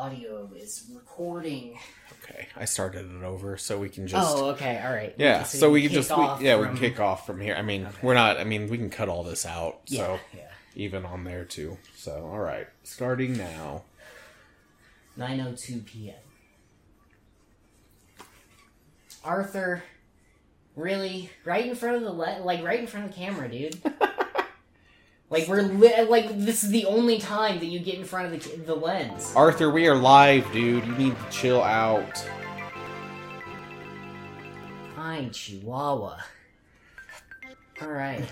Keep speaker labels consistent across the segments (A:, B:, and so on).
A: audio is recording.
B: Okay, I started it over so we can just.
A: Oh, okay, all right.
B: Yeah, so, we can
A: kick
B: just we,
A: off
B: yeah we
A: from-
B: can kick off from here. I mean,
A: Okay.
B: we're not. I mean, we can cut all this out.
A: Yeah,
B: So
A: yeah.
B: even on there too. So all right, starting now.
A: 9:02 p.m. Arthur, really, right in front of the le- like right in front of the camera, dude. like we're li- like this is the only time that you get in front of the ca- the lens.
B: Arthur, we are live, dude. You need to chill out.
A: Fine, Chihuahua. All right.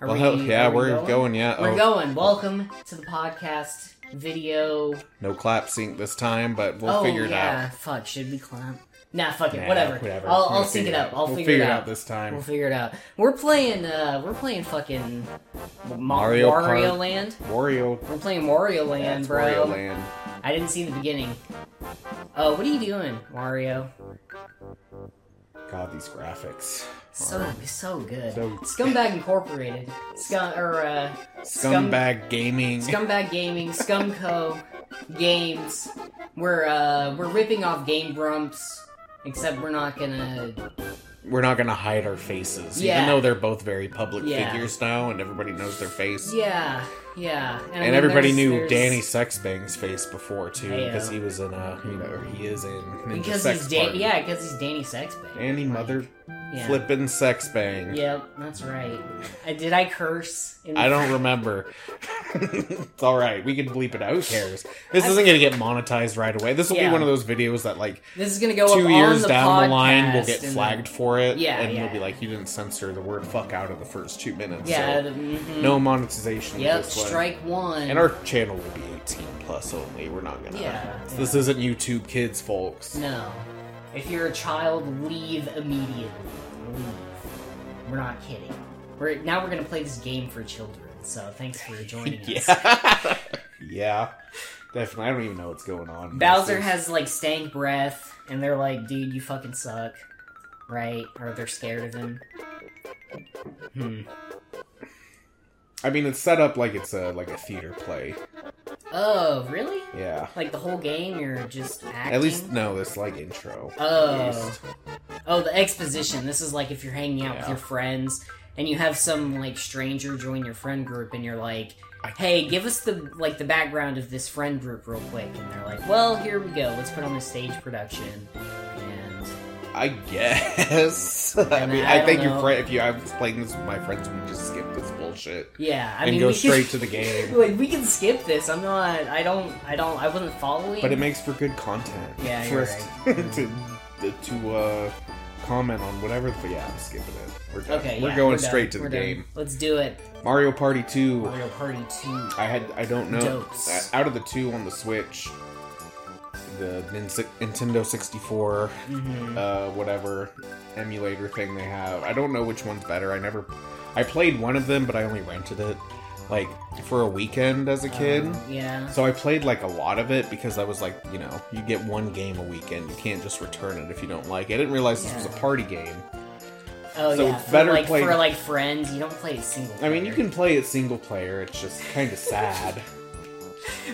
A: Are
B: Well,
A: we-
B: hell, yeah,
A: are we
B: we're going? Yeah,
A: We're
B: oh,
A: going. Welcome to the podcast video.
B: no clap sync this time, but we'll
A: oh
B: figure it
A: yeah,
B: out.
A: fuck. Should we clamp? Nah, fuck it.
B: Nah,
A: whatever. I'll,
B: We'll
A: I'll sync it up. I'll
B: we'll
A: figure, it out.
B: this time.
A: We'll figure it out. We're playing. uh We're playing fucking Ma-
B: Mario
A: Mario
B: Kart.
A: Land.
B: Wario.
A: We're playing Mario Land,
B: That's
A: bro.
B: Wario Land.
A: I didn't see the beginning. Oh, what are you doing, Mario?
B: God, these graphics.
A: So so good.
B: So-
A: Scumbag Incorporated. Scum or uh, Scum-
B: Scumbag gaming.
A: Scumbag Gaming, Scumco Games. We're uh we're ripping off Game Grumps, except we're not gonna
B: We're not gonna hide our faces,
A: Yeah.
B: even though they're both very public
A: Yeah.
B: figures now, and everybody knows their face.
A: Yeah, yeah. I
B: And
A: mean,
B: everybody
A: there's-
B: knew
A: there's-
B: Danny Sexbang's face before too,
A: Yeah.
B: because he was in a you know he is in Ninja
A: because
B: Sex
A: he's da-
B: Party.
A: yeah, because he's Danny Sexbang.
B: Danny mother
A: yeah.
B: flippin' Sexbang.
A: Yep, that's right. I, did I curse? In the
B: I don't remember. it's all right. We can bleep it out. Who cares? This isn't going to get monetized right away. This will
A: Yeah.
B: be one of those videos that, like,
A: This is gonna go up
B: two
A: on
B: years
A: the
B: down the line, we'll
A: podcast
B: get
A: and uh, then-
B: flagged for it.
A: Yeah,
B: and
A: yeah.
B: we'll be like, you didn't censor the word "fuck" out of the first two minutes.
A: yeah. the-
B: so
A: mhm.
B: no monetization.
A: Yep.
B: this one.
A: Strike one.
B: And our channel will be 18 plus only. We're not gonna.
A: Yeah,
B: This
A: yeah.
B: isn't YouTube kids, folks.
A: No. If you're a child, leave immediately. Leave. We're not kidding. We're now we're gonna play this game for children. So thanks for joining us.
B: Yeah. yeah. Definitely. I don't even know what's going on.
A: Bowser
B: This is-
A: has like stank breath, and they're like, "Dude, you fucking suck," right? Or they're scared of him. Hmm.
B: I mean, it's set up like it's a like a theater play.
A: Oh, really?
B: Yeah.
A: Like the whole game, you're just acting.
B: At least no, this like intro. at
A: Oh.
B: least.
A: Oh, the exposition. This is like if you're hanging out with
B: Yeah.
A: your friends and you have some like stranger join your friend group and you're like, "Hey, give us the like the background of this friend group real quick." And they're like, "Well, here we go. Let's put on the stage production." And
B: I guess. I
A: And
B: mean,
A: I
B: I,
A: don't
B: think your
A: know.
B: friend. If you, I was playing this with my friends, we just skip this bullshit
A: yeah, I
B: and
A: mean,
B: go
A: we
B: straight
A: could,
B: to the game.
A: like we can skip this. I'm not. I don't. I don't. I wasn't following.
B: But it makes for good content.
A: Yeah,
B: for
A: you're
B: us to to uh, comment on whatever. But yeah, I'm skipping it. We're done.
A: okay,
B: we're
A: yeah,
B: going
A: done.
B: straight to the
A: We're done.
B: game.
A: Let's do it.
B: Mario Party Two.
A: Mario Party Two.
B: I had I don't know.
A: Dopes.
B: Uh, Out of the two on the Switch, the Nin- Nintendo 64, uh, whatever emulator thing they have. I don't know which one's better. I never, I played one of them, but I only rented it like for a weekend as a kid.
A: Uh, Oh. Yeah.
B: so I played like a lot of it because I was like, you know, you get one game a weekend. You can't just return it if you don't like it. I didn't realize this was
A: Yeah.
B: a party game.
A: Oh
B: So
A: yeah.
B: it's
A: For
B: better
A: like
B: playing-
A: for like friends, you don't play it single.
B: I mean, you
A: player.
B: can play it single player. It's just kind of sad.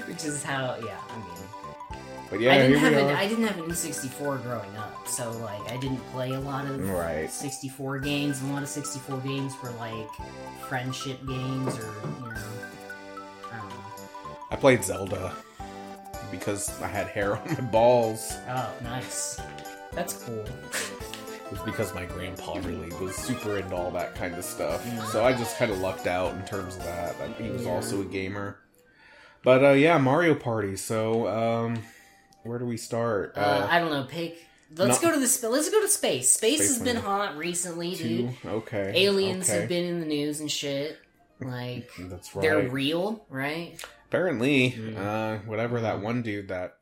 A: Which is how, yeah. I mean,
B: But yeah,
A: I didn't
B: here
A: have
B: we
A: an
B: are.
A: I didn't have an N64 growing up, so like I didn't play a lot of
B: Right.
A: 64 games. and A lot of 64 games were like friendship games, or you know, I don't know. um,
B: I played Zelda because I had hair on my balls.
A: Oh, nice. That's cool.
B: It was because my grandpa really was super into all that kind of stuff. So I just kind of lucked out in terms of that. Like, he was
A: Yeah.
B: also a gamer. But uh, yeah, Mario Party. So um, where do we start?
A: Uh, I don't know. Pick. Let's
B: no-
A: go to the sp- let's go to space. Space,
B: Space
A: has been
B: one.
A: hot recently,
B: two.
A: dude.
B: Okay.
A: Aliens
B: okay.
A: have been in the news and shit. Like
B: That's
A: they're
B: right.
A: real, right?
B: Apparently,
A: Mm.
B: uh, whatever that one dude that